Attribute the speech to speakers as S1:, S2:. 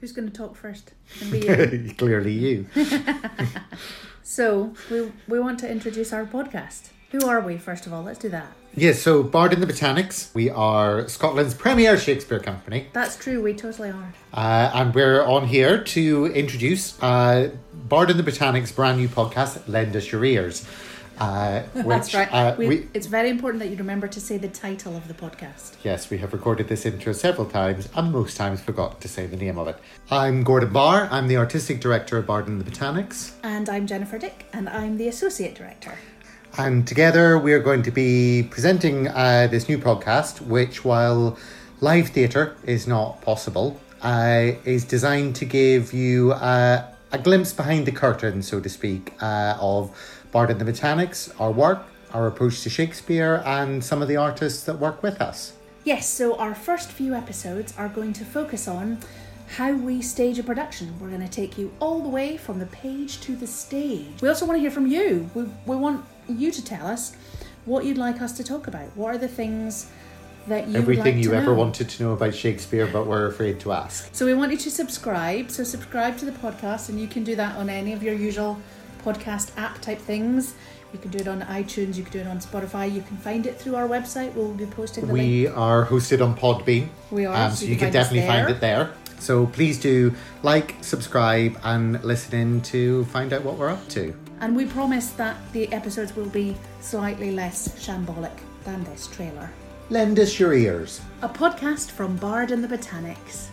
S1: Who's going to talk first? Can be you.
S2: Clearly, you.
S1: so we we want to introduce our podcast. Who are we? First of all, let's do that.
S2: Yes, so Bard in the Botanics, we are Scotland's premier Shakespeare company,
S1: That's true. We totally are.
S2: uh, and we're on here to introduce uh, Bard in the Botanics' brand new podcast, Lend Us Your Ears. Uh, which,
S1: That's right.
S2: Uh,
S1: we,
S2: we,
S1: it's very important that you remember to say the title of the podcast.
S2: yes, we have recorded this intro several times and most times forgot to say the name of it. I'm Gordon Barr, I'm the artistic director of Bard in the Botanics,
S1: And I'm Jennifer Dick, and I'm the associate director.
S2: And together we are going to be presenting uh, this new podcast, which, while live theatre is not possible, uh, is designed to give you uh, a glimpse behind the curtain, so to speak, uh, of Bard and the Botanics, our work, our approach to Shakespeare, and some of the artists that work with us.
S1: Yes, so our first few episodes are going to focus on how we stage a production. We're going to take you all the way from the page to the stage. We also want to hear from you. We, we want you to tell us what you'd like us to talk about. What are the things that you would
S2: Everything
S1: like
S2: you
S1: to
S2: ever
S1: know?
S2: wanted to know about Shakespeare but were afraid to ask.
S1: So we want you to subscribe. So subscribe to the podcast, and you can do that on any of your usual podcast app type things. You can do it on iTunes. You can do it on Spotify. You can find it through our website. We'll be posting the link.
S2: We are hosted on Podbean.
S1: We are,
S2: Um, so, you can,
S1: us
S2: definitely find it there. So please do like, subscribe, and listen in to find out what we're up to.
S1: And we promise that the episodes will be slightly less shambolic than this trailer.
S2: Lend us your ears.
S1: A podcast from Bard and the Botanics.